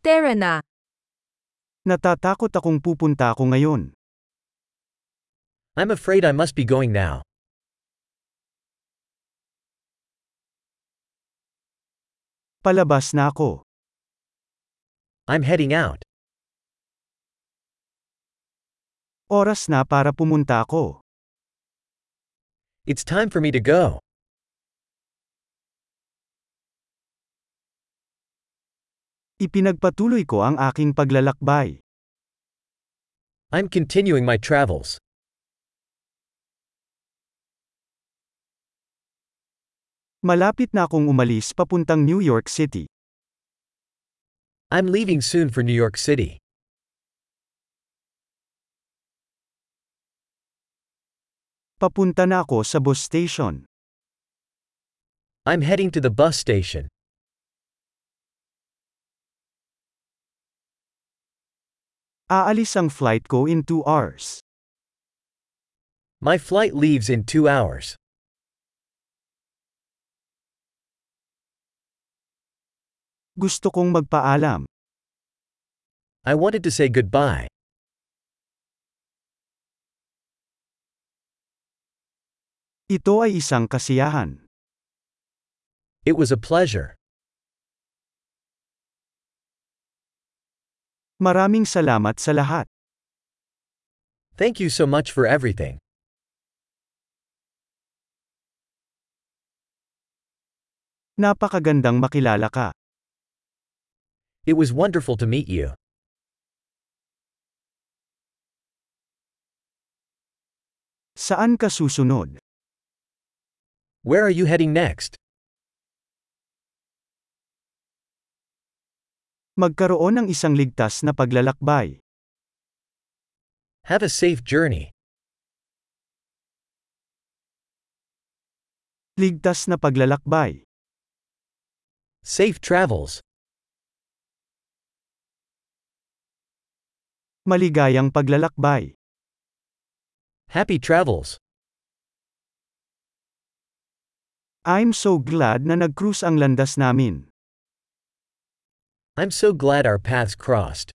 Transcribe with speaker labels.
Speaker 1: Tara na.
Speaker 2: Natatakot akong pupunta ako ngayon.
Speaker 3: I'm afraid I must be going now.
Speaker 2: Palabas na ako.
Speaker 3: I'm heading out.
Speaker 2: Oras na para pumunta ako.
Speaker 3: It's time for me to go.
Speaker 2: Ipinagpatuloy ko ang aking paglalakbay.
Speaker 3: I'm continuing my travels.
Speaker 2: Malapit na akong umalis papuntang New York City.
Speaker 3: I'm leaving soon for New York City.
Speaker 2: Papunta na ako sa bus station.
Speaker 3: I'm heading to the bus station.
Speaker 2: Aalis ang flight ko in 2 hours.
Speaker 3: My flight leaves in two hours.
Speaker 2: Gusto kong magpaalam.
Speaker 3: I wanted to say goodbye.
Speaker 2: Ito ay isang kasiyahan.
Speaker 3: It was a pleasure.
Speaker 2: Maraming salamat sa lahat.
Speaker 3: Thank you so much for everything.
Speaker 2: Napakagandang makilala ka.
Speaker 3: It was wonderful to meet you.
Speaker 2: Saan ka susunod?
Speaker 3: Where are you heading next?
Speaker 2: Magkaroon ng isang ligtas na paglalakbay.
Speaker 3: Have a safe journey.
Speaker 2: Ligtas na paglalakbay.
Speaker 3: Safe travels.
Speaker 2: Maligayang paglalakbay.
Speaker 3: Happy travels.
Speaker 2: I'm so glad na nag-cruise ang landas namin.
Speaker 3: I'm so glad our paths crossed.